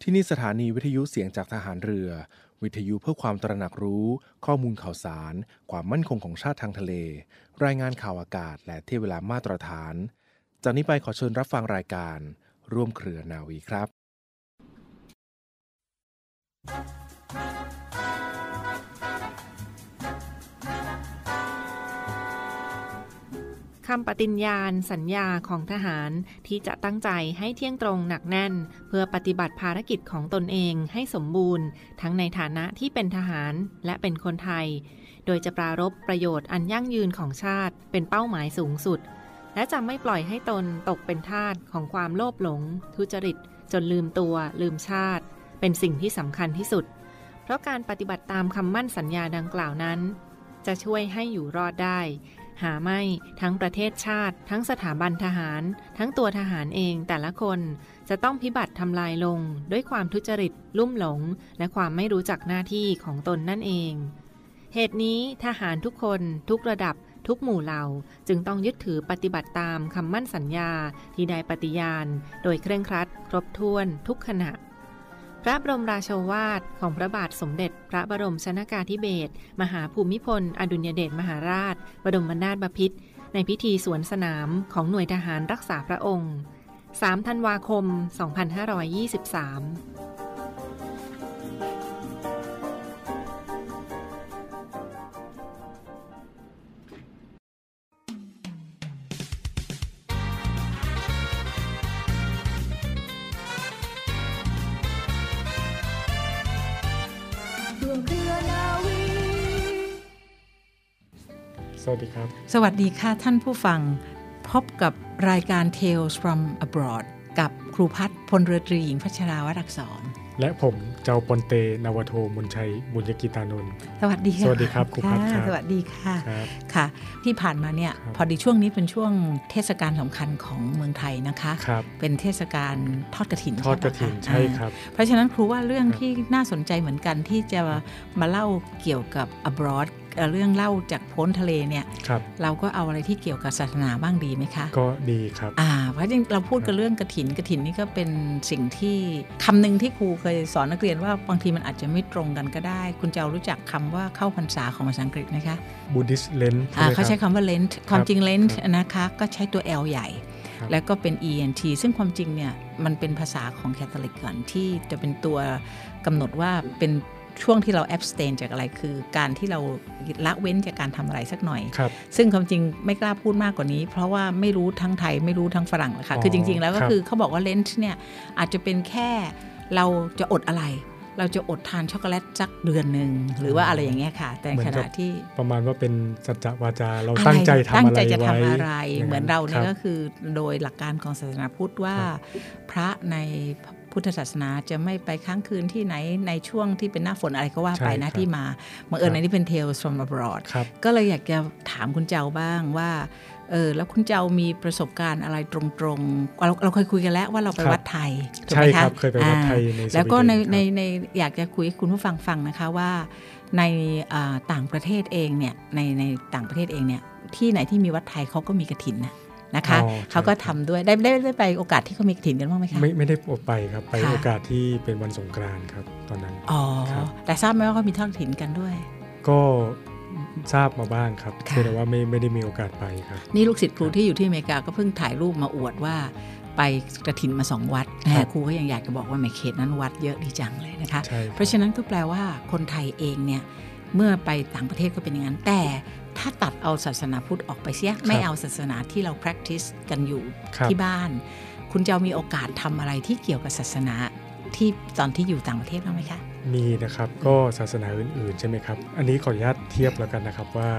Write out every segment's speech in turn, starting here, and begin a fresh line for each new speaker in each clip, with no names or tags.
ที่นี่สถานีวิทยุเสียงจากทหารเรือ วิทยุเพื่อความตระหนักรู้ ข้อมูลข่าวสาร ความมั่นคงของชาติทางทะเล รายงานข่าวอากาศ และเที่ยวเวลามาตรฐาน จากนี้ไปขอเชิญรับฟังรายการ ร่วมเครือนาวีครับ
คำปฏิญญาณ สัญญาของทหารที่จะตั้งใจให้เที่ยงตรงหนักแน่น เพื่อปฏิบัติภารกิจของตนเองให้สมบูรณ์ ทั้งในฐานะที่เป็นทหารและเป็นคนไทย โดยจะปรารบประโยชน์อันยั่งยืนของชาติเป็นเป้าหมายสูงสุด และจะไม่ปล่อยให้ตนตกเป็นทาสของความโลภหลง ทุจริต จนลืมตัว ลืมชาติ เป็นสิ่งที่สำคัญที่สุด เพราะการปฏิบัติตามคำมั่นสัญญาดังกล่าวนั้น จะช่วยให้อยู่รอดได้ หาไม่ทั้งประเทศชาติ ทั้งสถาบันทหาร ทั้งตัวทหารเองแต่ละคน จะต้องพิบัติทำลายลง ด้วยความทุจริต ลุ่มหลง และความไม่รู้จักหน้าที่ของตนนั่นเอง เหตุนี้ทหารทุกคน ทุกระดับ ทุกหมู่เหล่า จึงต้องยึดถือปฏิบัติตามคำมั่นสัญญา ที่ได้ปฏิญาณ โดยเคร่งครัด ครบถ้วน ทุกขณะ พระบรมราโชวาทของพระบาทสมเด็จ พระบรมชนากาธิเบศรมหาภูมิพล อดุลยเดชมหาราช บรมนาถบพิตรในพิธีสวนสนามของหน่วยทหารรักษาพระองค์ 3 ธันวาคม 2523
ร่วมเครือนาวี
สวัสดีครับ
สวัสดีค่ะท่านผู้ฟัง พบกับรายการ Tales from Abroad กับครูพัฒน์พลเรือตรีหญิงพัชราวรักษร
และผมเจ้าปนเตนาวโทมุนชัยบุญยกิตานนท์
สวัสดีค่ะ
สวัสดีครับครูพัฒน์ครับ
ะสวัสดีค่ะ
ครับ
ค่ะ ที่ผ่านมาเนี่ย
ครับ
พอดีช่วงนี้เป็นช่วงเทศกาลสำคัญของเมืองไทยนะคะ
ครับ
เป็นเทศกาลทอดกระถิน
ทอดกระถินใช่
ค
ครับ รับ
เพราะฉะนั้นครูว่าเรื่อง
ครับ
ที่น่าสนใจเหมือนกันที่จะมาเล่าเกี่ยวกับ abroad เอ่อเรื่องเล่าจากพ้นทะเลเนี่ย
ครับ
เราก็เอาอะไรที่เกี่ยวกับศาสนาบ้างดีไหมคะ
ก็ดีครับ
อ่าเพราะจริงเราพูดกันเรื่องกระถินกระถินนี่ก็เป็นสิ่งที่คำหนึ่งที่ครูเคยสอนนักเรียนว่าบางทีมันอาจจะไม่ตรงกันก็ได้ คุณเจ้ารู้จักคำว่าเข้าพรรษาของภาษาอังกฤษไหมคะ
บูดิสเลน
อ่าเขาใช้คำว่า lent ความจริง lent
ครับ
นะคะก็ใช้ตัว L ใหญ่
ครับ
แล้วก็เป็น ENT ซึ่งความจริงเนี่ยมันเป็นภาษาของแคทอลิกก่อนที่จะเป็นตัวกำหนดว่าเป็นช่วงที่เรา abstain จากอะไรคือ การที่เราละเว้นจากการทำอะไรสักหน่อย
ครับ
ซึ่งความจริงไม่กล้าพูดมากกว่านี้ เพราะว่าไม่รู้ทั้งไทยไม่รู้ทั้งฝรั่งหรอกค่ะ
อ๋อ
คือจริง ๆ แล้วก็
ครับ
คือเขาบอกว่าเลนส์เนี่ยอาจจะเป็นแค่เราจะอดอะไร เราจะอดทานช็อกโกแลตสักเดือนหนึ่งหรือว่าอะไรอย่างเงี้ยค่ะ แต่
เหมื
ข
อนกับ
ณะที่
ประมาณว่าเป็นสัจจวาจาเราตั้งใจทำ
ตั้ง
อะไร
ใจจะ
ไว้
ทำอะไร
ย่ง
เหมือนเราเนี่ย
ค
ก็
บ
คือโดยหลักการของศาสนาพุทธว่า
ครับ
พระในพุทธศาสนาจะไม่ไปค้างคืนที่ไหนในช่วงที่เป็นหน้าฝนอะไรก็ว่าไปนะที่มาบังเอิญในนี้เป็น Tales from abroad
ครับ
ก็เลยอยากจะถามคุณเจ้าบ้างว่า เออแล้วคุณเจ้ามีประสบการณ์อะไรตรงๆ เราเราเคยคุยกันแล้วว่าเราไป
ครับ
วัดไทยถูก
ใช่
ไหม
ค
คะ
รับเคยไปวัดไทย
อ่า
ในสวีเดน
แล้วก็ใน
ครับ
ในในอยากจะคุยให้คุณผู้ฟังฟังนะคะว่า ในอ่าต่างประเทศเองเนี่ยในในต่างประเทศเองเนี่ยที่ไหนที่มีวัดไทยเขาก็มีกระถินนะนะคะ
อ๋อใช่
เขาก็
ครับ
ทำด้วยได้ได้ได้ไปโอกาสที่เขามีกระถินกันบ้างไหมคะ
ไม่ไม่ได้ไปครับ ไป
ค่ะ
โอกาสที่เป็นวันสงกรานต์ครับ ตอนนั้น
อ๋อ
ครับ
แต่ทราบไหมว่าเขามีทอดกระถินกันด้วย
ก็ทราบมาบ้างครับ
ค่ะ
เพียงแต่ว่าไม่ไม่ได้มีโอกาสไปครับ
นี่ลูกศิษย์ครูที่อยู่ที่อเมริกาก็เพิ่งถ่ายรูปมาอวดว่า ไปกระถินมาสองวัดแหม
ครับ
ครูก็ยังอยากจะบอกว่าในเขตนั้นวัดเยอะดีจังเลยนะคะ
ใช่ครับ
เพราะฉะนั้นก็แปลว่าคนไทยเองเนี่ย เมื่อไปต่างประเทศก็เป็นอย่างนั้น แต่ถ้าตัดเอาศาสนาพุทธออกไปเสียไม่เอาศาสนาที่เรา practice กันอยู่
ครับ
ที่บ้าน คุณจะมีโอกาสทำอะไรที่เกี่ยวกับศาสนาที่ตอนที่อยู่ต่างประเทศบ้างไหมคะ
มีนะครับก็ศาสนาอื่นๆใช่ไหมครับ อันนี้ขออนุญาตเทียบแล้วกันนะครับว่า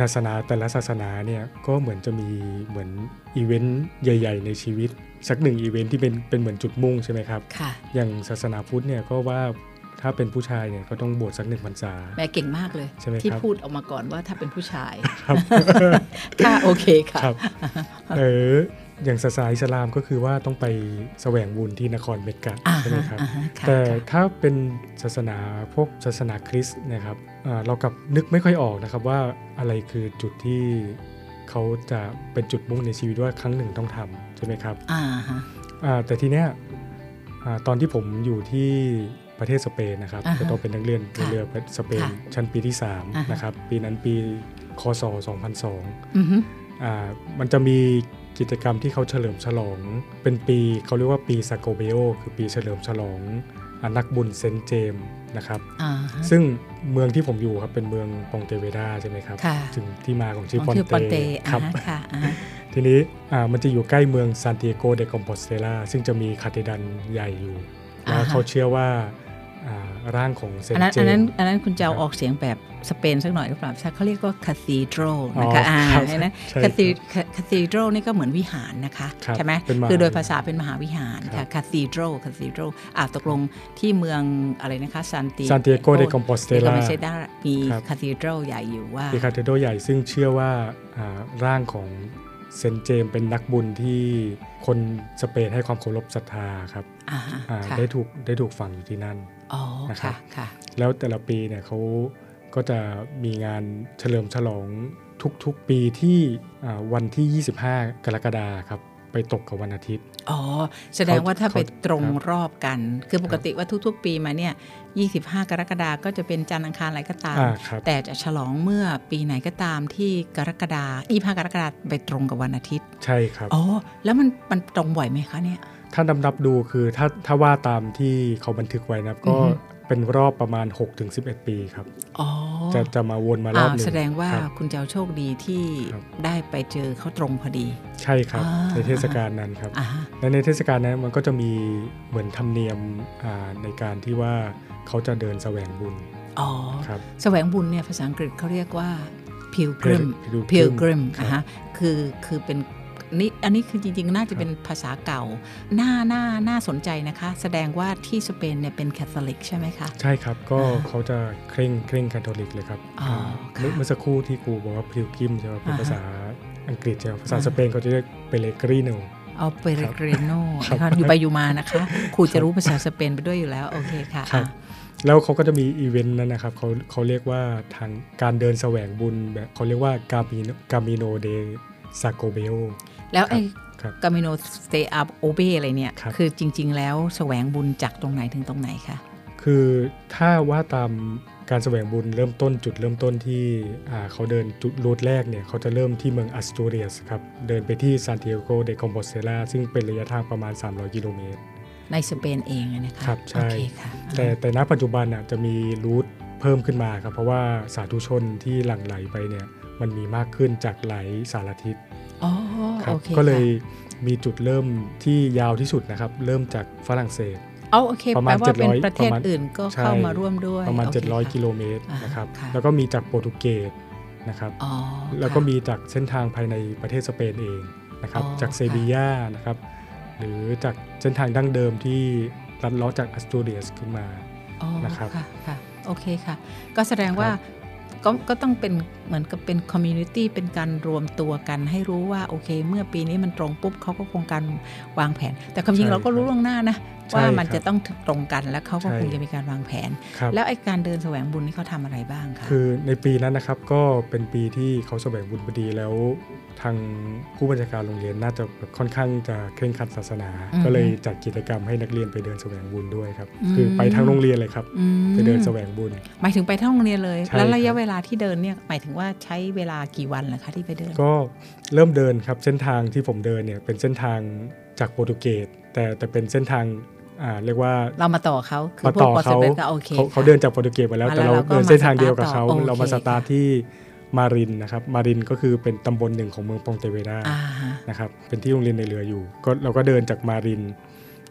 ศาสนาแต่ละศาสนาเนี่ยก็เหมือนจะมีเหมือนอีเวนต์ใหญ่ ๆ ในชีวิต สักหนึ่งอีเวนต์ที่เป็นเป็นเหมือนจุดมุ่งใช่ไหมครับ
ค่ะ
อย่างศาสนาพุทธเนี่ยก็ว่าถ้าเป็นผู้ชายเนี่ยก็ต้องบวชสักหนึ่งพรรษา
แม่เก่งมากเลย
ใช่ไหม
ที่
ครับ
พูดออกมาก่อนว่าถ้าเป็นผู้ชาย
ครับ
ค่ะโอเคค่ะ
ครับเอออย่างศาสนาอิสลามก็คือว่าต้องไปแสวงบุญที่นครเมกกะ
อ่า
ใช่ไหมครับ
อ่าฮะค่ะ
แต่
ค่ะ
ถ้าเป็นศาสนาพวกศาสนาคริสต์นะครับอ่าเรากลับนึกไม่ค่อยออกนะครับว่าอะไรคือจุดที่เขาจะเป็นจุดมุ่งในชีวิตว่าครั้งหนึ่งต้องทำใช่ไหมครับ
อ่าฮะ
อ่าแต่ทีเนี้ย อ่าตอนที่ผมอยู่ที่ประเทศสเปนนะครับ
อ่าฮะ
ก็ต้องเป็นนักเรียน
ค่ะ
เรือสเปน
ค่ะ
ชั้นปีที่
อ่าฮะ
3นะครับปีนั้นปีคศ 2002
อือฮึ
อ่ามันจะมีกิจกรรมที่เขาเฉลิมฉลอง เป็นปีเขาเรียกว่าปีซาโกเบโอคือปีเฉลิมฉลองอานักบุญเซนต์เจมส์นะครับ
อ่าฮะ
ซึ่งเมืองที่ผมอยู่ครับเป็นเมืองปองเตเวดาใช่ไหมครับ
ค่ะ
ถึงที่มาของชื่อ
ข
ป
อ
อง น
ชื่อปอน
เต
เตอ่า
ครับ
ฮะค่ะอ่าฮะ
ทีนี้อ่ามันจะอยู่ใกล้เมืองซานติเอโกเดคอมโปสเตลาซึ่งจะมีคาเทดันใหญ่อยู่
อ่าฮะ
แล้วเขาเชื่อว่าอ่าร่างของเซน
อันนั้น
ต์เจ
อันนั้
ม
น
ส์
อันนั้นคุณจะเอา
ครับ
ออกเสียงแบบสเปนสักหน่อยหรือเปล่าเขาเรียกว่าคาธีดรอลนะคะ
อ๋ออ่
อ่า
ครับ
เห็นไหม
ใช่
คาธีคาธีดรอลนี่ก็เหมือนวิหารนะคะ
ครับ
ใช่ไหม
เป็นมหา
คือโดยภาษาเป็นมหาวิหาร
ครั
ค่ะ
บ
คาธีดรอลคาธีดรอลอ่าตกลงที่เมืองอะไรนะคะซานติ
ซานติเอโกเดคอมโปสเต
เดค
ลา
อมเซดามี
ครับ
คาธีดรอลใหญ่อยู่ว่า
ปีคาเทโดใหญ่ซึ่งเชื่อว่าอ่าร่างของเซนต์เจมส์เป็นนักบุญที่คนสเปนให้ความเคารพศรัทธาครับ
อ่าฮะ
อ่า
ค่ะ
ได้ถูกได้ถูกฝังอยู่ที่นั่น
อ๋อ
นะครั
ค่ะ
บ
ค่ะ
แล้วแต่ละปีเนี่ยเขาก็จะมีงานเฉลิมฉลองทุกๆปีที่อ่าวันที่ 25 กรกฎาครับไปตกกับวันอาทิตย์
อ๋อแสดงว่าถ้า
เขา
ไปตรง
ครับ
รอบกัน คือปกติว่าทุก ๆ ปีมาเนี่ย 25 กรกฎาก็จะเป็นจันทร์อังคารอะไรก็ตาม
อ่าครับ
แต่จะฉลองเมื่อปีไหนก็ตามที่กรกฎา25กรกฎาไปตรงกับวันอาทิตย์
ใช่ครับ
อ๋อ แล้วมันมันตรงบ่อยไหมคะเนี่ย
ถ้านับนับดูคือถ้าถ้าว่าตามที่เขาบันทึกไว้นะครับก็
อือฮึ
เป็นรอบประมาณ 6-11 ปีครับ
อ๋อ
จะจะมาวนมารอบห
อ่า
นึ่ง
แสดงว่า
ครับ
คุณเจ้าโชคดีที่
ครับ
ได้ไปเจอเขาตรงพอดี
ใช่ครับ
อ่า
ในเทศกาลนั้นครับ
อ่าฮะ
และในเทศกาลนั้นมันก็จะมีเหมือนธรรมเนียมอ่าในการที่ว่าเขาจะเดินแสวงบุญ
อ๋อ
ครับ
แสวงบุญเนี่ยภาษาอังกฤษเขาเรียกว่า pilgrim
Pilgrim
pilgrim
ครับ
นะฮะคือคือเป็นนี่อันนี้คือจริง ๆ น่าจะเป็นภาษาเก่าน่าน่าน่าสนใจนะคะ แสดงว่าที่สเปนเนี่ยเป็นแคทอลิกใช่ไหมคะ
ใช่ครับก็
อ่า
เขาจะเคร่งเคร่งคาทอลิกเลยครับ
อ๋ออ่
า
ค่ะ
เมื่อเมื่อสักครู่ที่ครูบอกว่าพิวกิมใช่ไหมเป็น
อ่าฮะ
ภาษาอังกฤษใช่ไหมภาษา
อ่า
สเปนเขาจะเรียกเปเลกรีโน
เอาเปเรเกรโน
ครับ
นะคะอยู่ไปอยู่มานะคะครูจะรู้ภาษาสเปนไปด้วยอยู่แล้ว โอเคค่ะ
ครับ
อ่ะ
แล้วเขาก็จะมีอีเวนต์นั้นนะครับเขาเขาเรียกว่าทางการเดินแสวงบุญแบบเขาเรียกว่ากามิโนกามิโนเดซาโกเบโอ
แล้วไอ้
ครับ
กามิโนสเตอัพโอเบอะไรเนี่ย
ครับ
อจริง ๆ แล้วแสวงบุญจากตรงไหนถึงตรงไหนคะ
คือถ้าว่าตามการแสวงบุญเริ่มต้นจุดเริ่มต้นที่อ่าเขาเดินจุดรูทแรกเนี่ยเขาจะเริ่มที่เมืองอัสตูเรียสครับ เดินไปที่ซานติเอโกเดคอมโบเซลาซึ่งเป็นระยะทางประมาณ 300 กิโลเมตร
ในสเปนเองอะนะคะ
ครับใช่
โอเคค่ะ
แต่แต่ณปัจจุบันน่ะจะมีรูทเพิ่มขึ้นมาครับ เพราะว่าสาธุชนที่หลั่งไหลไปเนี่ยมันมีมากขึ้นจากหลายสารทิศ
อ๋อ
ครั
โอบ เค
ก็เลย
ค่ะ
มีจุดเริ่มที่ยาวที่สุดนะครับ เริ่มจากฝรั่งเศส
เอาโอเค
ประ
แป
มา
ล
ณ
ว่าเป็น
700
ประเทศ
ประมาณ
อื่นก็
ใช่
เข้ามาร่วมด้วย
ประมาณ
โอเค
700
ค่ะ
กิโลเมตรนะครับ
อ่าค่ะ
แล้วก็มีจากโปรตุเกสนะครับ
อ๋อ
แล้วก็
ค่ะ
มีจากเส้นทางภายในประเทศสเปนเองนะครับ
อ๋อ
จากเซบียานะครับ หรือจากเส้นทางดั้งเดิมที่ลัดเล้อจากอัสตูเรียสขึ้นมา
อ๋อ
นะครับ
ค่ะค่ะโอเคค่ะ ก็แสดง
ครับ
ว่าก็ก็ต้องเป็นเหมือนกับเป็นคอมมูนิตี้เป็นการรวมตัวกันให้รู้ว่าโอเค เมื่อปีนี้มันตรงปุ๊บเขาก็คงการวางแผน แต่ความจริง
ใช่
เราก็รู้ล่วงหน้านะ
ใช่
ว่ามัน
ครับ
จะต้องตรงกันแล้วเขาก็
ใช่
คงจะมีการวางแผน
ครับ
แล้วไอ้การเดินแสวงบุญนี่เขาทำอะไรบ้างคะ
คือในปีนั้นนะครับก็เป็นปีที่เขาแสวงบุญพอดีแล้ว ทางผู้บัญชาการโรงเรียนน่าจะแบบค่อนข้างจะเคร่งครัดศาสนา ก็เลยจัดกิจกรรมให้นักเรียนไปเดินแสวงบุญด้วยครับ คือไปทั้งโรงเรียนเลยครับ
ม
ไปเดินแสวงบุญ
หมายถึงไปทั้งโรงเรียนเลย
ใช่
แล้วระ
ครั
ยะ
บ
เวลาที่เดินเนี่ยหมายถึงว่าใช้เวลากี่วันเหรอคะที่ไปเดิน
ก็เริ่มเดินครับเส้นทางที่ผมเดินเนี่ยเป็นเส้นทางจากโปรตุเกสแต่แต่เป็นเส้นทางอ่าเรียกว่า
เรามาต่อเขาคือ
มา
พวก
ต่อ
ปอส
เขา
เปนก็โอเค
เขาเขา
ค่ะ
เดินจากโปรตุเกสมาแล้ว
อ่า
แต่เรา
แล้วเราก็
เดินเส้นทางเดียวกับเขา
มาสตาร์ทต่อ
เรา
โอ
มา
เค
สตาร์ทที่มารินนะครับมารินก็คือเป็นตำบลหนึ่งของเมืองปองเตเวดา
อ่าฮะ
นะครับเป็นที่โรงเรียนในเรืออยู่ก็เราก็เดินจากมาริน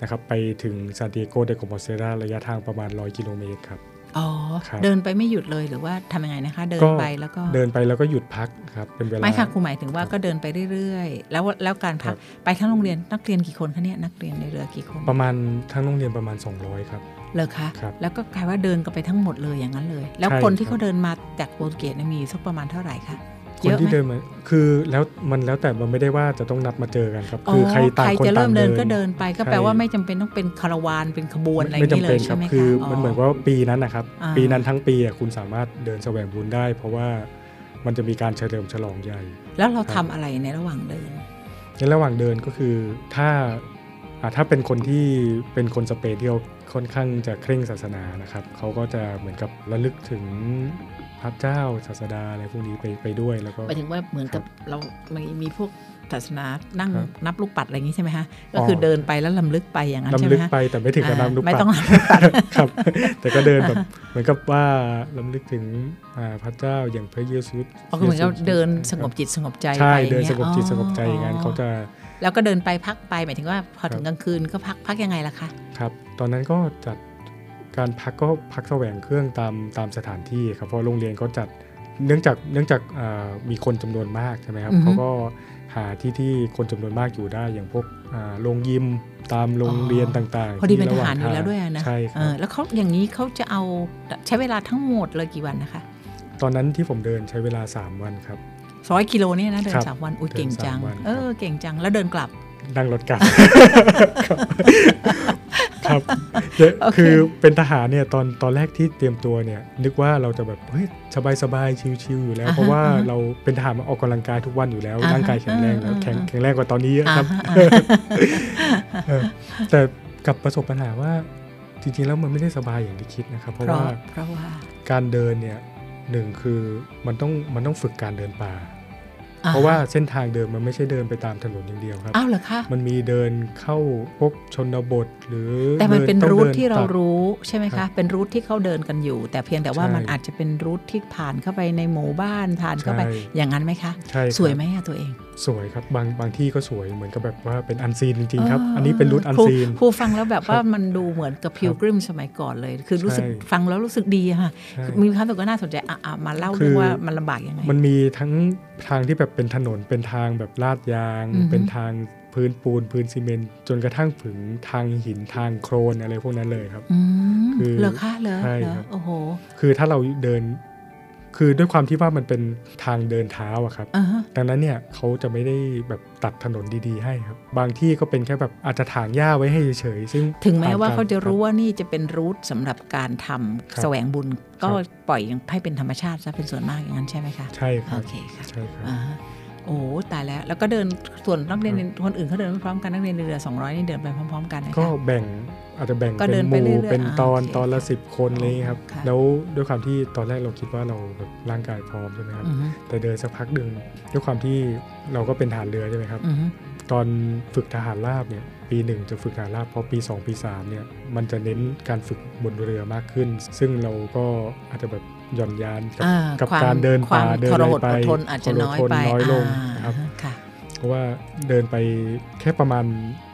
นะครับไปถึงซานติเอโกเดโกโมเซราระยะทางประมาณ 100 กิโลเมตรครับ
อ๋อ
ครับ
เดินไปไม่หยุดเลยหรือว่าทำยังไงนะคะ เดิน
ก็
ไปแล้วก็
เดินไปแล้วก็หยุดพักครับเป็นเวลา
ไม่ค่ะครูหมายถึงว่าก็เดินไปเรื่อยๆ แล้วแล้วการพั
ครั
ก
บ
ไปทั้งโรงเรียนนักเรียนกี่คนคะเนี่ยนักเรียนในเรือกี่คน
ประมาณทั้งโรงเรียนประมาณ 200ครับ
เลยคะ
ครับ
แล้วก็กลายว่าเดินกันไปทั้งหมดเลยอย่างนั้นเลย แล้ว
ใช่
คนที่
ครับ
เขาเดินมาจากโปรตุเกสเนี่ยมีสักประมาณเท่าไหร่คะ
คน
อะไหม
ที่เดินมาคือแล้วมันแล้วแต่มันไม่ได้ว่าจะต้องนัดมาเจอกันครับ
อ๋อ
คือใครต่างคน
จะ
ต่า
เริ่ม
ง
เดิ
เดิ
น
น
ก็เดินไปก็แปล
ใช่
ว่าไม่จำเป็นต้องเป็นคาราวานเป็นขบวนอะไร
ไม่จำ
นี่เล
เป็
ย
นค
ใช่
รับ
ไหมคะ
คือมันเหมือนว่าปีนั้นนะครับ
อ่า
ปีนั้นทั้งปีอะคุณสามารถเดินแสวงบุญได้ เพราะว่ามันจะมีการเฉลิมฉลองใหญ่
แล้วเรา
ครั
ทำ
บ
อะไรในระหว่างเดิน
ในระหว่างเดินก็คือถ้า อ่าถ้าเป็นคนที่เป็นคนสเปนที่เขาค่อนข้างจะเคร่งศาสนานะครับเขาก็จะเหมือนกับระลึกถึงพระเจ้าศาสดาอะไรพวกนี้ไปไปด้วยแล้วก็
หมายถึงว่าเหมือนกับเรามันมีพวกศาสนานั่ง
ครับ
นับลูกปัดอะไรอย่างนี้ใช่ไหมฮะ
อ๋
ก็
อ
คือเดินไปแล้วลำลึกไปอย่างนั้นใช่
ลำ
ไหม
ลึก
ฮะ
ไปแต่ไม่ถึงกับ
อ่า
ลำลึก
ไม่
ปัด
ต้องลำลึกปัด
ครับ แต่ก็เดินแบบเหมือนกับว่าลำลึกถึงอ่าพระเจ้าอย่างพระเยซู
ก็คือเหมือนกับเดินสงบ
ครั
จิตสงบใจ
ใช่
ไปอย่า
เดินสงบจิต
ย
สงบใจอย่างนั้นเขาจะ
แล้วก็เดินไปพักไปหมายถึงว่าพอถึ
ครั
ง
บ
กลางคืนก็พักพักยังไงล่ะคะ
ครับ ตอนนั้นก็จัดการพักก็พักแสวงเครื่องตามตามสถานที่ครับเพราะโรงเรียนเขาจัดเนื่องจากเนื่องจากอ่ามีคนจำนวนมากใช่ไหมครับ
อือฮึ
เขาก็หาที่ที่คนจำนวนมากอยู่ได้อย่างพวกอ่าโรงยิมตามโรง
อ๋อ
เรียนต่างๆ
พอดีเป็น
ที่
ท
ระง
หารอยู่แล้วด้วยอะนะ
ใช่ค
เอ
รั
อ
บ
แล้วเขาอย่างนี้เขาจะเอาใช้เวลาทั้งหมดเลยกี่วันนะคะ
ตอนนั้นที่ผมเดินใช้เวลา 3 วันครับ
ร้อยกิโลเนี่ยนะเดิ
คน รับ
สามวันอุ้ย
เดิน
เก่งจัง
สามวันครับ
เออเก่งจังแล้วเดินกลับ
นั่งรถ กลับ ครับเดี๋ยว
โอเค
คือเป็นทหารเนี่ยตอนตอนแรกที่เตรียมตัวเนี่ย นึกว่าเราจะแบบเฮ้ยสบายสบายๆชิลๆอยู่แล้ว เพราะว่าเราเป็นทหารมาออกกำลังกายทุกวันอยู่แล้วร่างกายแข็งแรงแล้วแข็งแข็งแรงกว่าตอนนี้เยอะครับ
อ่าฮะ
เออแต่กลับประสบปัญหาว่าจริงๆแล้วมันไม่ได้สบายอย่างที่คิดนะครับ เพ
เพ
ราะ
ราะ
ว่า
เพราะว่า
การเดินเนี่ยหนึ่งคือมันต้องมันต้องฝึกการเดินป่า
อ่
เพราะว่าเส้นทางเดินมันไม่ใช่เดินไปตามถนนอย่างเดียวครับ
อ้าวเหรอคะ
มันมีเดินเข้าพวกชนบทหรือ
แต่มัน
ดิ
เป็น
อง
รูท
ดิ
ที่เรา
ตัด
รู้ใช่ไหม
ครั
คะ
บ
เป็นรูทที่เขาเดินกันอยู่ แต่เพียงแต่ว่า
ใช่
มันอาจจะเป็นรูทที่ผ่านเข้าไปในหมู่บ้านผ่านเข้าไป
ใช่
อย่างนั้นไหมคะ
ใช่ครับ
สวยไหมอะตัวเอง
สวยครับบางบางที่ก็สวยเหมือนกับแบบว่าเป็นอันซีนจริงๆครับ
เ
อันนี้เป็นรูทอัน
ค
ซีน
ครูฟังแล้วแบบว่า
ครับ
มันดูเหมือนกับพิวกริมสมัยก่อนเลย คือรู้สึก
ใช่
ฟังแล้วรู้สึกดีอะค่ะ
ใช่
มีความรู้สึกว่าน่าสนใจอ่ะอ่ะมาเล่า
คื
เรื่อ
อ
งว่ามันลำบากยังไง
มันมีทั้งทางที่แบบเป็นถนนเป็นทางแบบลาดยาง
อือฮึ
เป็นทางพื้นปูนพื้นซีเมนต์จนกระทั่งถึงทางหินทางโครนอะไรพวกนั้นเลยครับ
อืม
คือ
เหรอคะเหรอ
ใช่
เหรอ
ครับ
โอ้โห
คือถ้าเราเดิน คือด้วยความที่ว่ามันเป็นทางเดินเท้าอะครับ
อ่าฮะ
ดังนั้นเนี่ยเขาจะไม่ได้แบบตัดถนนดีๆให้ครับ บางที่ก็เป็นแค่แบบอาจจะถางหญ้าไว้ให้เฉยๆซึ่ง
ถึงแม้
ต
ว่าเขาจะ
ก
รู้ว่านี่จะเป็นรูทสำหรับการทำ
ครับ
แสวงบุญก็
ครับ
ปล่อยให้เป็นธรรมชาติซะเป็นส่วนมากอย่างนั้นใช่ไหมคะ
ใช่ครั
โอบ เคค่ะ
ใช่ครับ
อ่าฮะโอ้ตายแล้ว แล้วก็เดินส่วนนักเรียน
ครับ
คนอื่นเขาเดินไม่พร้อมกันนักเรียนในเรือ200 นี่เดินไปพร้อม ๆ กันไหมคะ
ก็แบ่งอาจจะแบ่ง
ก็เดิ
เป็น
ไป
นห
เรื่
มู่
อยๆ
เป็นตอน
อ่าโอเค
ตอนละสิบคนอะไรอย่างเงี้ยครับ
ค่ะ
แล้วด้วยความที่ตอนแรกเราคิดว่าเราแบบร่างกายพร้อมใช่ไหมครับ
อือฮึ
แต่เดินสักพักหนึ่งด้วยความที่เราก็เป็นทหารเรือใช่ไหมครับ
อือฮึ
ตอนฝึกทหารราบเนี่ยปีหนึ่งจะฝึกทหารราบพอปี 2 ปี3เนี่ยมันจะเน้นการฝึกบนเรือมากขึ้น ซึ่งเราก็อาจจะแบบหย่อนยานกับ
อ่า
กับ
ควม
การเดิน
ความ
ป่าเดิน
ทร
อะไร
หด
ไป
อดทนอาจจะน้อย
ทรหดอดทน
ไป
น้อยลง
า
นะครับ
ค่ะ
เพราะว่าเดินไปแค่ประมาณ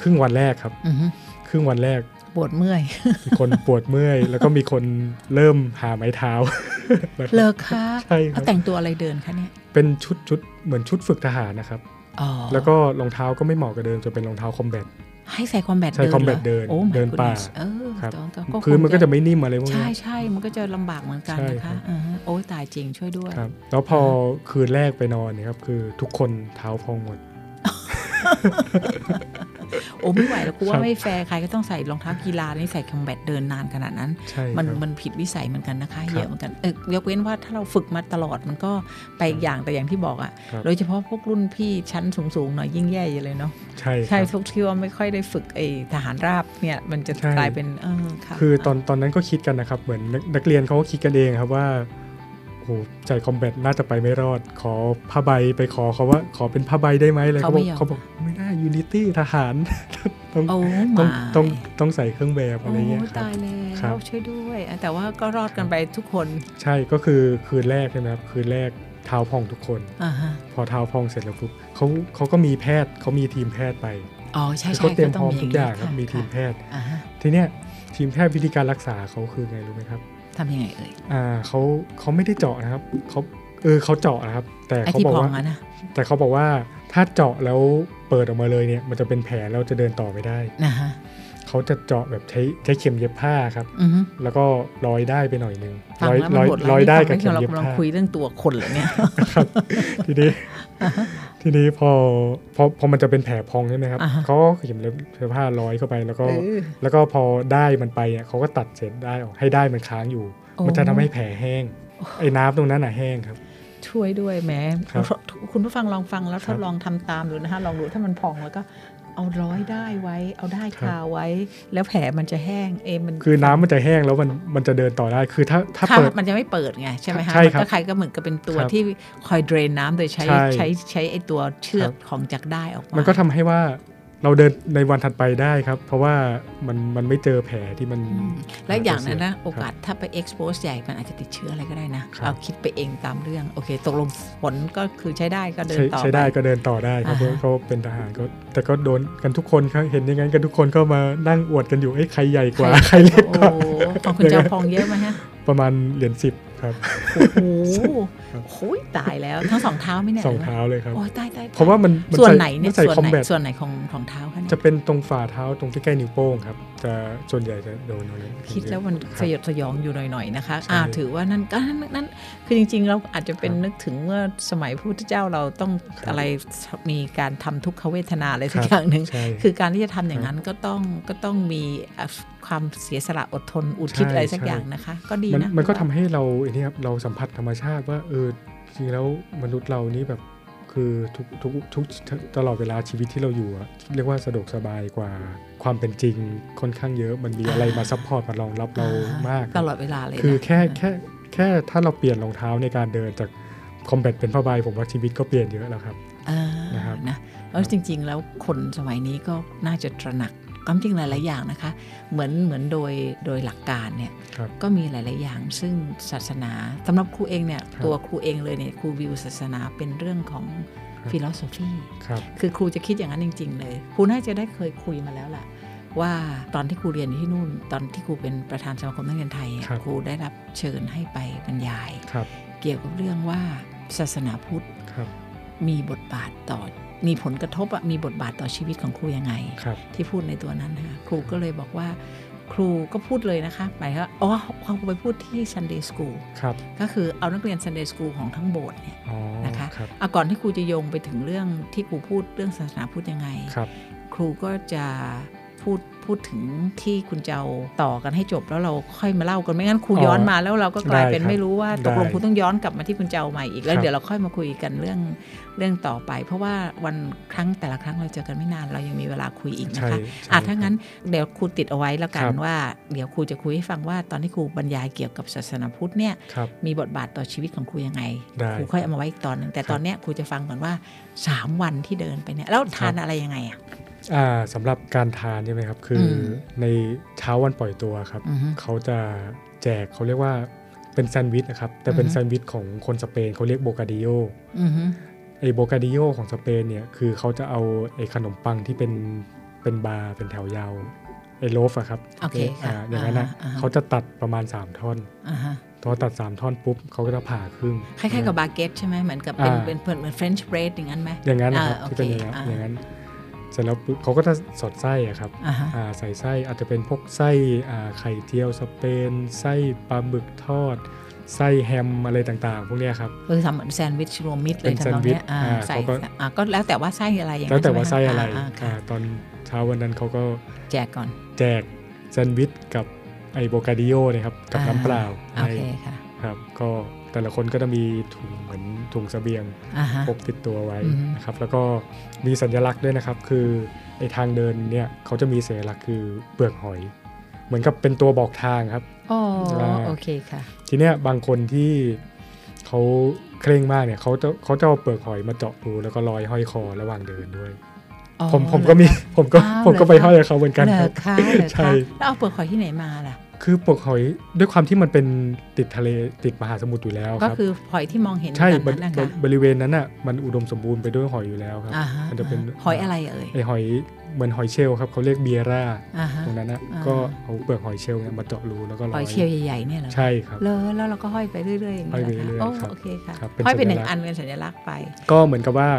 ครึ่งวันแรกครับ
อือฮึ
ครึ่งวันแรก
ปวดเมื่อย
มีคน ปวดเมื่อย แล้วก็มีคนเริ่มหาไม้เท้า
เลิกค่ะ
ใช่ค
แล้
รั
ว
บ
แต่งตัวอะไรเดินคะเนี่ย
เป็นชุดชุดเหมือนชุดฝึกทหารนะครับ
อ๋อ
แล้วก็รองเท้าก็ไม่เหมาะกับเดิมจะเป็นรองเท้าคอมแบท
ให้ใส่คอมแบท
ใส่
เดินห
combat
รอ
เดิน
โอ้ my
เดินป่า
goodness เออ
ครับ
ก็คง
พื้นมันก็จะไม่นิ่มอะไรพวก
ใช่
นี้
ใช่มันก็จะลำบากเหมือนกัน
ใช่
นะ
ครั
คะ
บ
อือฮึโอ้ยตายจริงช่วยด้วย
ครับแล้วพอคืนแรกไปนอนเนี่ยครับคือทุกคนเท้าพองหมด
โอ้ไม่ไหวแล้วกู
ครั
ว่า
บ
ไม่แฟร์ใครก็ต้องใส่รองเท้ากีฬานี่ใส่คอมแบทเดินนานขนาดนั้น
ใช่
มัน
ครับ
มันผิดวิสัยเหมือนกันนะคะ
ครับ
เยอะเหมือนกันเออยกเว้นว่าถ้าเราฝึกมาตลอดมันก็ไปอีกอย่างแต่อย่างที่บอกอะ่ะ
ครับ
โดยเฉพาะพวกรุ่นพี่ชั้นสูงๆหน่อยยิ่งแย่อยู่เลยเนาะ
ใช่
ใช่
ครับ
ทุกที่ว่าไม่ค่อยได้ฝึกไอทหารราบเนี่ย มันจะ
ใช่
กลายเป็นเออค่ะ
คือตอนตอนนั้นก็คิดกันนะครับ เหมือนนักนักเรียนเขาก็คิดกันเองครับว่าโอ้โหใส่คอมแบทน่าจะไปไม่รอด ขอผ้าใบไปขอเขาว่า ขอเป็นผ้าใบได้ไหมอะไรเขาบอกเขาบอกไม่ได้ยูนิตี้ทหาร ต้อง
โอ้
ต้
มา
องต้องต้องใส่เครื่องแบบอะไรเงี้ย
โอ้
ครับ
ตายแล้
ครั
ว
บ
ช่วยด้วยอ่ะแต่ว่าก็รอดกันไปทุกคน
ใช่ก็คือคืนแรกใช่ไหมครับคืนแรกเท้าพองทุกคน
อ่าฮะ
พอเท้าพองเสร็จแล้วปุ๊บเขาเขาก็มีแพทย์เขามีทีมแพทย์ไป
อ๋อใช่
คือ
ใช่
เขาเตรียมพร้อม
ต้
ทุก
นี้
อย่างครับ
ะ
มีทีมแพ
ค่ะ
ทย์
อ่าฮะ
ทีเนี้ยทีมแพทย์วิธีการรักษาเขาคือไงรู้ไหมครับ
ทำยังไงเอ่ย
อ่าเขาเขาไม่ได้เจาะนะครับเขาเออเขาเจาะนะครับ แต่
ไอ้
เขา
ที่
บอ
พ
ก
อง
ว่า
อะนะ
แต่เขาบอกว่าถ้าเจาะแล้วเปิดออกมาเลยเนี่ยมันจะเป็นแผลแล้วจะเดินต่อไม่ได้
นะฮะ
เขาจะเจาะแบบใช้ใช้เข็มเย็บผ้าครับ
อือฮึ
แล้วก็ร้อยได้ไปหน่อยนึง
ฟัง
ร้อย
แล้วมัน
ร้อย
โหด
ร้
ร้า
อย ยได้
ได้
กั
กั
บ
บ
เข็ม
เรา
เย็บ
กำลัง
ผ้า
คุยเรื่องตัวคนเหรอเนี่ย
ครับ ทีนี้ ทีนี้พอพอพอมันจะเป็นแผลพองใช่ไหมครับ
อ่าฮะ
เขาก็เข็มเย็บผ้าร้อยเข้าไปแล้วก็
เออ
แล้วก็พอได้มันไปเนี่ยเขาก็ตัดเศษได้ออกให้ได้มันค้างอยู่
โอ้
มันจะทำให้แผลแห้ง ไอ้น้ำตรงนั้นน่ะแห้งครับ
ช่วยด้วยแหม
ครับ
คุณผู้ฟังลองฟังแล้ว
ค
ท
รับ
ดลองทำตามดูนะคะลองดูถ้ามันพองแล้วก็ เอาร้อยได้ไว้ เอาได้คาไว้ แล้วแผลมันจะแห้งเอยมัน
คือน้ำมันจะแห้งแล้วมันมันจะเดินต่อได้คือถ้าถ้า
ถ้า
เปิด
มันจะไม่เปิดไงใช่ไหม
ใช่ครับ
มันก็ใครก็เหมือนกับเป็นตัว
ครับ
ที่คอยเดรนน้ำโดยใช้
ใช่
ใช้ใช้ไอตัวเชือก
ครับ
ของจากได้ออกมา
มันก็ทำให้ว่าเราเดินในวันถัดไปได้ครับ เพราะว่ามันมันไม่เจอแผลที่มัน
อืมและอย่างนั้นนะ
ครับ
โอกาสถ้าไป expose ใหญ่มันอาจจะติดเชื้ออะไรก็ได้นะครับ เอาคิดไปเองตามเรื่องโอเค ตกลงผลก็คือใช้ได้ก็เดิน
ใช้
ต่อ
ใช้ได้
ป
ก็เดินต่อได้ครับเพ
อ่าฮะ
ราะเขาเป็นทหารก็แต่ก็โดนกันทุกคนครับเห็นอย่างนั้นกันทุกคนก็มานั่งอวดกันอยู่ไอ้ยใครใหญ่กว่าใครเล็ก
โอ้
กว่า
โหของคุณจอมพองเยอะไหมฮะ
ประมาณเหรียญสิบครับ
โอ้โห
ครับ
โอ้ยตายแล้วทั้งสองเท้าไหม่แน่ย
สองเท้าเลยครับ
โอ้ยตายตาย
เพราะว่ามันมั
ส่วน
ใส่
ไหนเนี่
มั
ย
ใส่
ส่วน
คอม
ไหน
แบท
ส่วนไหนของของเท้าคะเนี่ย
จะเป็นตรงฝ่าเท้าตรงที่ใกล้นิ้วโป้งครับจะส่วนใหญ่จะโดนตรงนั้น
คิดแล้วมัน
ครับ
สยดสยองอยู่หน่อยๆนะคะ
ใช่
อ่าถือว่านั่นก็นั่นนั่นคือจริงๆ เราอาจจะเป็น
ครับ
นึกถึงเมื่อสมัยพระพุทธเจ้าเราต้อง
ครับ
อะไรมีการทำทุกขเวทนาอะไรสัก
ครับ
อย่างหนึ่ง
ใช่
คือการที่จะทำอย่างนั้นก็ต้องก็ต้องมีอ่ะความเสียสละอดทนอุทิศ
ใช่
อะไรสัก
ใช่
อย่างนะคะ ก็ดี
มัน
นะ
มันก็ทำให้เราไอ้นี่ครับเราสัมผัสธรรมชาติว่าเออจริงๆแล้วมนุษย์เรานี่แบบคือทุกทุกทุกตลอดเวลาชีวิตที่เราอยู่อะเรียกว่าสะดวกสบายกว่าความเป็นจริงค่อนข้างเยอะมันมีอะไรมาซัพพอร์ตมารองรับเรามาก
ตลอดเวลาเลยนะ
คือแค่แค่แค่ถ้าเราเปลี่ยนรองเท้าในการเดินจากคอมแบทเป็นผ้าใบผมว่าชีวิตก็เปลี่ยนเยอะแล้วครับ
เออ
นะครับ
นะแล้วจริง ๆ แล้วคนสมัยนี้ก็น่าจะตระหนักความจริงหลายๆอย่างนะคะ เหมือนเหมือนโดยโดยหลักการเนี่ย
ครับ
ก็มีหลาย ๆ อย่าง ซึ่งศาสนาสำหรับครูเองเนี่ย
ครับ
ตัวครูเองเลยเนี่ยครูวิวศาสนาเป็นเรื่องของ
ครับ
ฟิโลโซฟี
ครับ
คือครูจะคิดอย่างนั้นจริง ๆ เลย ครูน่าจะได้เคยคุยมาแล้วล่ะ ว่าตอนที่ครูเรียนอยู่ที่นู่น ตอนที่ครูเป็นประธานสมาคมนักเรียนไทยอะ
ครับ
ครูได้รับเชิญให้ไปบรรยาย
ครับ
เกี่ยวกับเรื่องว่าศาสนาพุทธ
ครับ
มีบทบาทต่อ มีผลกระทบอะมีบทบาทต่อชีวิตของครูยังไง
ครับ
ที่พูดในตัวนั้นนะคะครูก็เลยบอกว่า ครูก็พูดเลยนะคะหมายถึงว่าอ๋อเขาไปพูดที่ Sunday School
ครับ
ก็คือเอานักเรียน Sunday School ของทั้งโบสถ์เนี่ย
อ๋อ
นะคะ
ครับ
เอาก่อนที่ครูจะโยงไปถึงเรื่องที่ครูพูดเรื่องศาสนาพุทธยังไง
ครับ
ครูก็จะพูดพูดถึงที่คุณเจ้าต่อกันให้จบแล้วเราค่อยมาเล่ากันไม่งั้นครูย้อนมาแล้วเราก็กลายเป็นไม่รู้ว่าตกลงครูต้องย้อนกลับมาที่คุณเจ้าใหม่อีกแล้วเดี๋ยวเราค่อยมาคุยกันเรื่องเรื่องต่อไป เพราะว่าวันครั้งแต่ละครั้งเราเจอกันไม่นานเรายังมีเวลาคุยอีกนะ
ใช่
คะ
ใช่
อ่ะถ้างั้นเดี๋ยวครูติดเอาไว้แล้วกั
คน รับ
ว่า เดี๋ยวครูจะคุยให้ฟังว่าตอนที่ครูบรรยายเกี่ยวกับศาสนาพุทธเนี่ย
ครับ
มีบทบาทต่อชีวิตของครูยังไง
ได้
ครูค่อยเอามาไว้อีกตอนหนึ่งแต่
ครับ
ตอนเนี้ยครูจะฟังก่อนว่า 3 วันที่เดินไปเนี่ยแล้วทาน
ครับ
อะไรยังไงอ่ะ
อ่าสำหรับการทานใช่ไหมครับ คืออ
ม
ในเช้าวันปล่อยตัวครับ
อือฮึ
เขาจะแจกเขาเรียกว่าเป็นแซนด์วิชนะครับ แต่เป็น
อือฮึ
แซนด์วิชของคนสเปนเขาเรียกโบกาดิโอ
อือฮึ
ไอโบกาดิโอของสเปนเนี่ยคือเขาจะเอาไอขนมปังที่เป็นเป็นบาร์เป็นแถวยาวไอโลฟอะครับ
โอเคค่ะ
าอย่างนั้นนะ
อ่าฮะ
เขาจะตัดประมาณ 3 ท่อน
อ่าฮะ
พอตัด 3 ท่อนปุ๊บเขาก็จะผ่าครึ่ง
คล้ายๆกับบาเกตใช่ไหมเหมือนกับเป็น
อ่า
เป็นเหมือนเฟรนช์เบรดอย่างนั้นไหม
อย่างนั้นนะครับ
อ่า
ที่เป็น
โอ
อ
เคอ่า
ย่างนั้นอย่างนั้นเสร็จแล้วปุ๊บเขาก็จะสอดไส้อะครับ
อ่าฮะ
อ่าใส่ไส้อาจจะเป็นพวกไส้อ่าไข่เจียวสเปน ไส้ปลาหมึกทอด ไส้แฮมอะไรต่างๆ พวกเนี้ยครับ
คือทำเหมือนแซนด์วิชรวมมิตรเลย
เป็น
ทำนองเนี้ย
แซน
อ่า
ด์วิชอ่า
ใส่
เขาก็
อ่าก็แล้วแต่ว่าไส้อะไรอย่าง
แล้ว
นั้น
แต่
ใช่หม
ว่าไส้อะไร
าาค่ะ
อ่าตอนเช้าวันนั้นเขาก็
แจกก่อน
แจกแซนด์วิชกับไอโบกาดิโอเนี่ยครับ กับน้ำเปล่า
อ่โอ
ให้
เคค่ะ
ครับ ก็แต่ละคนก็จะมีถุงเหมือนถุงเสบียง
อ่าฮะ
พกติดตัวไว้
อือฮึ
นะครับ แล้วก็มีสัญลักษณ์ด้วยนะครับ คือไอทางเดินเนี่ยเขาจะมีสัญลักษณ์คือเปลือกหอย เหมือนกับเป็นตัวบอกทางครับ
อ๋อ
อ่า
โอเคค่ะ
ทีเนี้ยบางคนที่เขาเคร่งมากเนี่ยเขาจะเขาจะเอาเปลือกหอยมาเจาะรูแล้วก็ร้อยห้อยคอระหว่างเดินด้วย
อ๋อ
ผมผมก็มี
เหรอ
ผมก็
อ้าว
ผมก็
เหรอ
ไป
คะ
ห้อยกับเขาเหมือนกัน
เหร
ครั
อบ คะเหรอค
ใช่
ะแล้วเอาเปลือกหอยที่ไหนมาล่ะ
คือเปลือกหอยด้วยความที่มันเป็นติดทะเลติดมหาสมุทรอยู่แล้วค
ก็
รับ
คือหอยที่มองเห็น
ใช่
แบบ
บ
นั้น
ริ
นะ
บ
คะ
ริบริเวณนั้นอ่ะมันอุดมสมบูรณ์ไปด้วยหอยอยู่แล้วครับ
อ่าฮะ
มันจะเป็น
หอยอะไรเอ่ย
ไอหอยเหมือนหอยเชลล์ครับเขาเรียกเบียร่า
อ่าฮะ
ตรงนั้นนะ
อ่า
ก็เอาเปลือกหอยเชลล์เนี่ยมาเจาะรูแล้วก็
ห
ร้
อ
อย ย
เชลลใหญ่ๆเนี่ยเหรอ
ใช่ครับ
เลยแล้วเราก็ห้อยไปเรื่อยๆอย่างนี้
ห้อยไป
ห
เรื่อยๆ
คะ
ครับ
โอเคค่ะ
ครับเป็น
ห้อยไปหนึ่ง
สัญลักษณ์
อันเป็นสัญลักษณ์ไป
ก็เหมือนกับว่า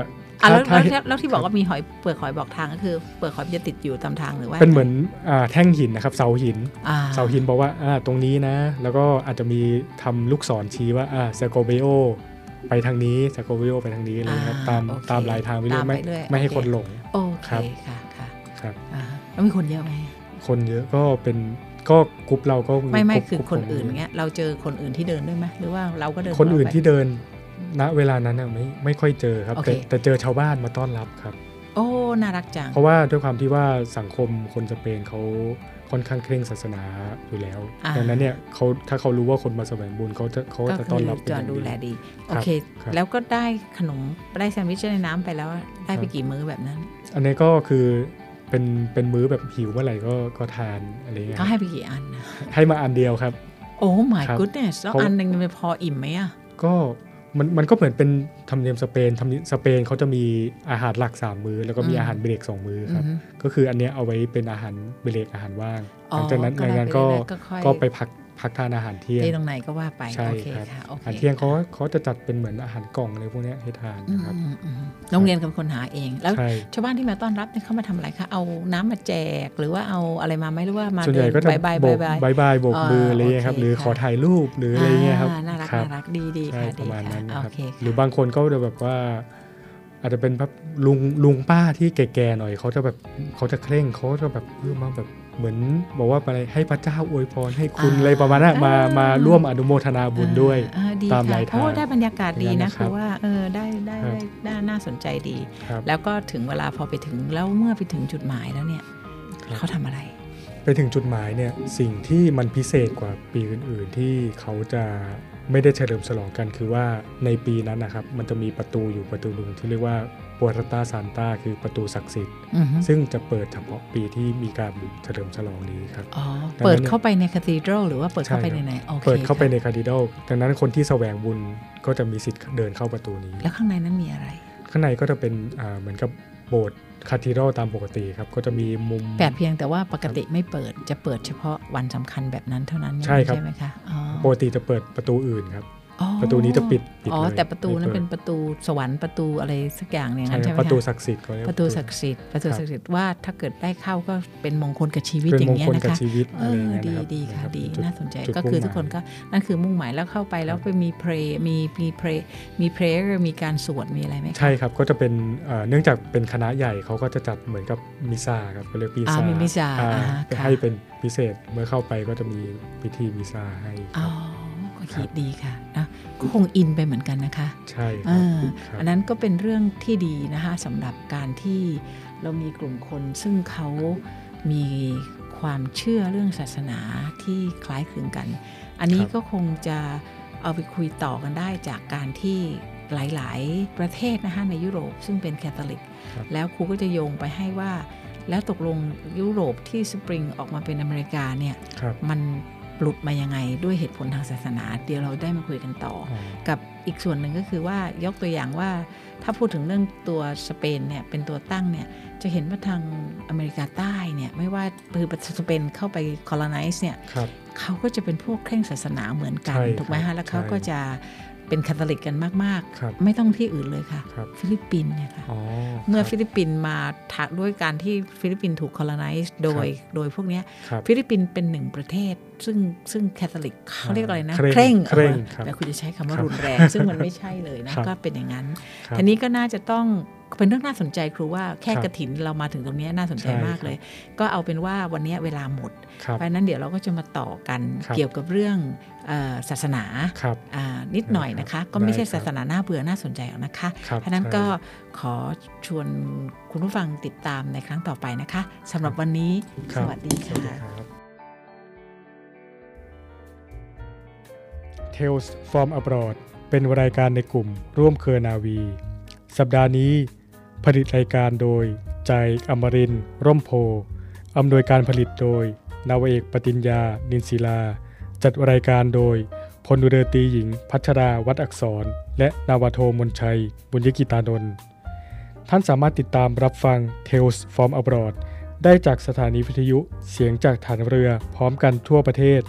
อ่ะแล้ว
ถ้า
แล้วแล้วแล้วที่บอกว่ามีหอยเปลือกหอยบอกทางก็คือเปลือกหอยมันจะติดอยู่ตามทางหรือว่า
เป็นเหมือนอาแท่งหินนะครับเสาหิน
อ่า
เสาหินบอกว่าอ่าตรงนี้นะ แล้วก็อาจจะมีทำลูกศรชี้ว่าอ่าซาโกเบโอไปทางนี้ซาโกเบโอไปทางนี้อะไรเลยครับ
อ่
ตาม
โอเค
ตามลายทางไปเรื่อย
ต
ไม่ไม่ให้คนหลง
โอเค
ครับ
ค่ะค่ะ
ครับ
อ่าแล้วมีคนเยอะไหม
คนเยอะก็เป็นก็กรุ๊ปเราก็
ไม่ไม่
กรุ๊ป
คือก
รุ๊ป
คน
ขง
อื่นเงี้ยเราเจอคนอื่นที่เดินด้วยไหมหรือว่าเราก็เดิน
คนอื่น
ขงเราไป
ที่เดินณเวลานั้นน่ะไม่ไม่ค่อยเจอครับ
โอเค
แต่แต่เจอชาวบ้านมาต้อนรับครับ
โอ้น่ารักจัง
เพราะว่าด้วยความที่ว่าสังคมคนสเปนเขาค่อนข้างเคร่งศาสนาอยู่แล้ว
อ่า
ดังนั้นเนี่ยเขาถ้าเขารู้ว่าคนมาแสวงบุญเขาจะเขา
ก็
จะ
คื
ต้อน
อ
รับเป็น
จ
อ
อย่าง ดู
ดี
แลดี
ครับ
โอเค
ครับ
แล้วก็ได้ขนมได้แซนด์วิชในน้ำไปแล้วได้ไปกี่มื้อแบบนั้น
อันนี้ก็คือเป็นเป็นมื้อแบบหิวเมื่อไหร่ก็ก็ทานอะไรเงี้ย
ก็ให้ไปกี่อันนะ
ให้มาอันเดียวครับ
โอ้ my
ครับ
goodness แล้วอันหนึ่งมันพออิ่มไหมอะ
ก็มันมันก็เหมือนเป็นธรรมเนียมสเปนธรรมเนียมสเปนเขาจะมีอาหารหลักสามมื้อแล้วก็มีอาหารเบรกสองมื้อ
อื
ค
อ
รับ
ฮึ
ก็คืออันเนี้ยเอาไว้เป็นอาหารเบรกอาหารว่าง
อ๋อ
หลังจากนั้น
ก็
ใน
ได้
งาน
ไป
ก็
เรื่อยๆก็ค่อย
ก็ไปพักพักทานอาหารเที่ยง
ที่ตรงไหนก็ว่าไป
ใช่
โอเค
ครับ
ค่ะโอเค
อาหารเที่ยงเขาเขาจะจัดเป็นเหมือนอาหารกล่องอะไรพวกเนี้ยให้ทาน
อืม
นะครับ
อืมอืมโรงเรียนกับคนหาเองแล้ว
ใช่
ชาวบ้านที่มาต้อนรับเนี่ยเขามาทำอะไรคะเอาน้ำมาแจกหรือว่าเอาอะไรมาไหมหรือว่ามา
ส่วนใหญ่ก็จะ
บายบาย
โบบ
าก ยบาย
บายบายโบก
อ่า
มืออะไรเงี้ยครับ
โอเค
หรือ
ค่ะ
ขอถ่ายรูปหรืออะไรเงี้ยครับ
อ่าน่ารัก
ครั
น่ารักดีดี
ใช่
ค่ะ
ประ
ดี
มาณ
ค่ะ
นั้นนะค
โอ
รับ
เค
หรือบางคนก็จะแบบว่า อาจจะเป็นแบบลุงลุงป้าที่แก่ๆหน่อยเขาจะแบบเขาจะเคร่งเขาจะแบบเออมาแบบเหมือนบอกว่าอะไรให้พระเจ้าอวยพรให้คุณอะไรประมาณนั้นมามาร่วมอนุโมทนาบุญด้วย
อ่ดี
ตาม
ค่ะ
รายทาง
โอ้ได้บรรยากาศดี
อย่างนั้
นะ
นนะครับ
คือว่าเออได้ได้
ครับ
ได้ได้น่าสนใจดี
ครับ
แล้วก็ถึงเวลาพอไปถึงแล้วเมื่อไปถึงจุดหมายแล้วเนี่ย
ครับ
เขาทำอะไร
ไปถึงจุดหมายเนี่ยสิ่งที่มันพิเศษกว่าปีอื่นๆ ที่เขาจะไม่ได้เฉลิมฉลองกันคือว่าในปีนั้นนะครับมันจะมีประตูอยู่ประตูหนึ่งที่เรียกว่าปัวรตาซานตาคือประตูศักดิ์สิทธิ์
อือฮึ
ซึ่งจะเปิดเฉพาะปีที่มีการเฉลิมฉลองนี้ครับ
อ๋อ
ดังนั้น
เปิดเข้าไปในคาธีดรัลหรือว่าเปิดเข้าไป
ใช่
ใน
ค
ไหน
รับ
โอเค
เปิดเข้าไป
ค่ะ
ในคาร์ดิโดลดังนั้นคนที่แสวงบุญก็จะมีสิทธิ์เดินเข้าประตูนี้
แล้วข้างในนั้นมีอะไร
ข้างในก็จะเป็นอ่าเหมือนกับโบสถ์คาร์ดิโดลตามปกติครับก็จะมีมุม
แปดเพียงแต่ว่าปกติไม่เปิดจะเปิดเฉพาะวันสำคัญแบบนั้นเท่านั้น
ใช่ครับ
ใช่ไหมคะอ๋อ
ปกติจะเปิดประตูอื่นครับ
อ๋อ
ประตูนี้จะปิดปิด
อ๋อ
เลย
แต่ประตูนั้น
ไม่
เป็
ด
นประตูสวรรค์ประตูอะไรสักอย่างเนี่ย
ใช่
นั้น
ค
ใช่
รับ
ไหม
ประตู
คะ
ศักดิ์สิทธิ์เขาเรียก
ประตูศักดิ์สิทธิ์ประตู
ครับ
ศักดิ์สิทธิ์ว่าถ้าเกิดได้เข้าก็เป็นมงคลกับชีวิต
เป็น
อย่าม ง
ง
เงี้ย
คล
นะ
กับ
คะ
ชีวิต
เอ
อะไร
อ
เงี้ย
ดี
นะครับ
ดีค่ะดี
รับจุด
น่าสนใจ
จุด
ก็คือทุ
มุ่งหมาย
กคนก็นั่นคือมุ่งหมายแล้วเข้าไปแล้วไปมีเพลมีมีเพลมีเพลมีการสวดมีอะไรไหมคะ
ใช่ครับก็จะเป็นเอ่อเนื่องจากเป็นคณะใหญ่เขาก็จะจัดเหมือนกับมิซาครับก็เรียกปี
อ่า
ซา
มีมิจา
อ่า
อ่า
ไป
ค่ะ
ให้เป็นพิเศษเมื่อเข้าไปก็จะมีพิธีมิซาให้ค
อ๋
รั
อบ ก็
ครั
คิ
บ
ดดีค่ะนะก็คงอินไปเหมือนกันนะคะ
ใช่ค
เอ
รับ
อ
ครับ
อันนั้นก็เป็นเรื่องที่ดีนะคะสำหรับการที่เรามีกลุ่มคนซึ่งเขามีความเชื่อเรื่องศาสนาที่คล้ายคลึงกัน อันนี้
ครับ
ก็คงจะเอาไปคุยต่อกันได้จากการที่หลาย ๆ ประเทศนะคะในยุโรปซึ่งเป็นแคทอลิก
ครับ
แล้วครูก็จะโยงไปให้ว่า แล้วตกลงยุโรปที่สปริงออกมาเป็นอเมริกาเนี่ย
ครับ
มันหลุดมายังไงด้วยเหตุผลทางศาสนา เดี๋ยวเราได้มาคุยกันต่อ
อ๋อ
กับอีกส่วนหนึ่งก็คือว่ายกตัวอย่างว่าถ้าพูดถึงเรื่องตัวสเปนเนี่ยเป็นตัวตั้งเนี่ยจะเห็นว่าทางอเมริกาใต้เนี่ยไม่ว่าคือสเปนเข้าไป colonize เนี่ย
ครับ
เขาก็จะเป็นพวกเคร่งศาสนาเหมือนกัน
ใช่
ถูกไหม
ครั
ฮะ
บ
แล้วเขา
ใช่
ก็จะเป็นคาทอลิกกันมาก
ครับ
ๆ ไม่ต้องที่อื่นเลยค่ะ
ครับ
ฟิลิปปินส์เนี่ยค่ะ
อ๋อ
เมื่อ
ครับ
ฟิลิปปินส์มาถะด้วยการที่ฟิลิปปินส์ถูก colonize โดยโดยพวกเนี้ย
ครับ
ฟิลิปปินส์เป็นหนึ่งประเทศ ซึ่งซึ่งแคทอลิกเขาเรียกอะไรนะ
เคร่งเคร่ง
ออ
ครับ
แต่คุณจะใช้คำว่า
ครับ
รุนแรง ซึ่งมันไม่ใช่เลยนะครับ ก็เป็นอย่างนั้น
ครับ
ทีนี้ก็น่าจะต้องเป็นเรื่องน่าสนใจครูว่าแค่
ครับ
กระถินเรามาถึงตรงเนี้ยน่าสนใจ
ใช่
มาก
ครับ
เลย ก็เอาเป็นว่าวันเนี้ยเวลาหมด
ครับ
เพราะฉะนั้นเดี๋ยวเราก็จะมาต่อกัน
ครับ
เกี่ยวกับเรื่องเอ่อศาสนา
ครับ
อ่านิดหน่อย
ได้
นะ
ครั
คะ
บ
ก็ไม่ใช่
ได้ครับ
ศาสนาน่าเบื่อน่าสนใจหรอกนะคะ
ครับ
เพราะฉะนั้น
ใช่
ก็ขอชวนคุณผู้ฟังติดตามในครั้งต่อไปนะคะสำหรับวันนี้
ค
ส
รับ
วัสดี
สวัสดี
ค่ะ
ครับ Tales from abroad เป็นรายการในกลุ่มร่วมเครือนาวี สัปดาห์นี้ผลิตรายการโดยใจอมรินทร์ร่มโพธิ์อำนวยการผลิตโดย นาวาเอกปติญญา นินศิลา จัดรายการโดยพลเรือตรีหญิง พัชราวัดอักษร และนาวาโทมนชัย บุญยกิตานนท์ท่านสามารถติดตามรับฟัง Tales from abroad ได้จากสถานีวิทยุเสียงจากฐานเรือพร้อมกันทั่วประเทศ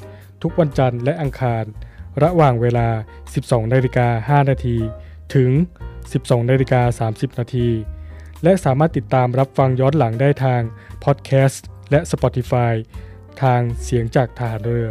ทุกวันจันทร์และอังคาร ระหว่างเวลา 12นาฬิกา5นาทีถึง 12นาฬิกา30 นาที และสามารถติดตามรับฟังย้อนหลังได้ทางพอดแคสต์และ Spotify ทางเสียงจากฐานเรือ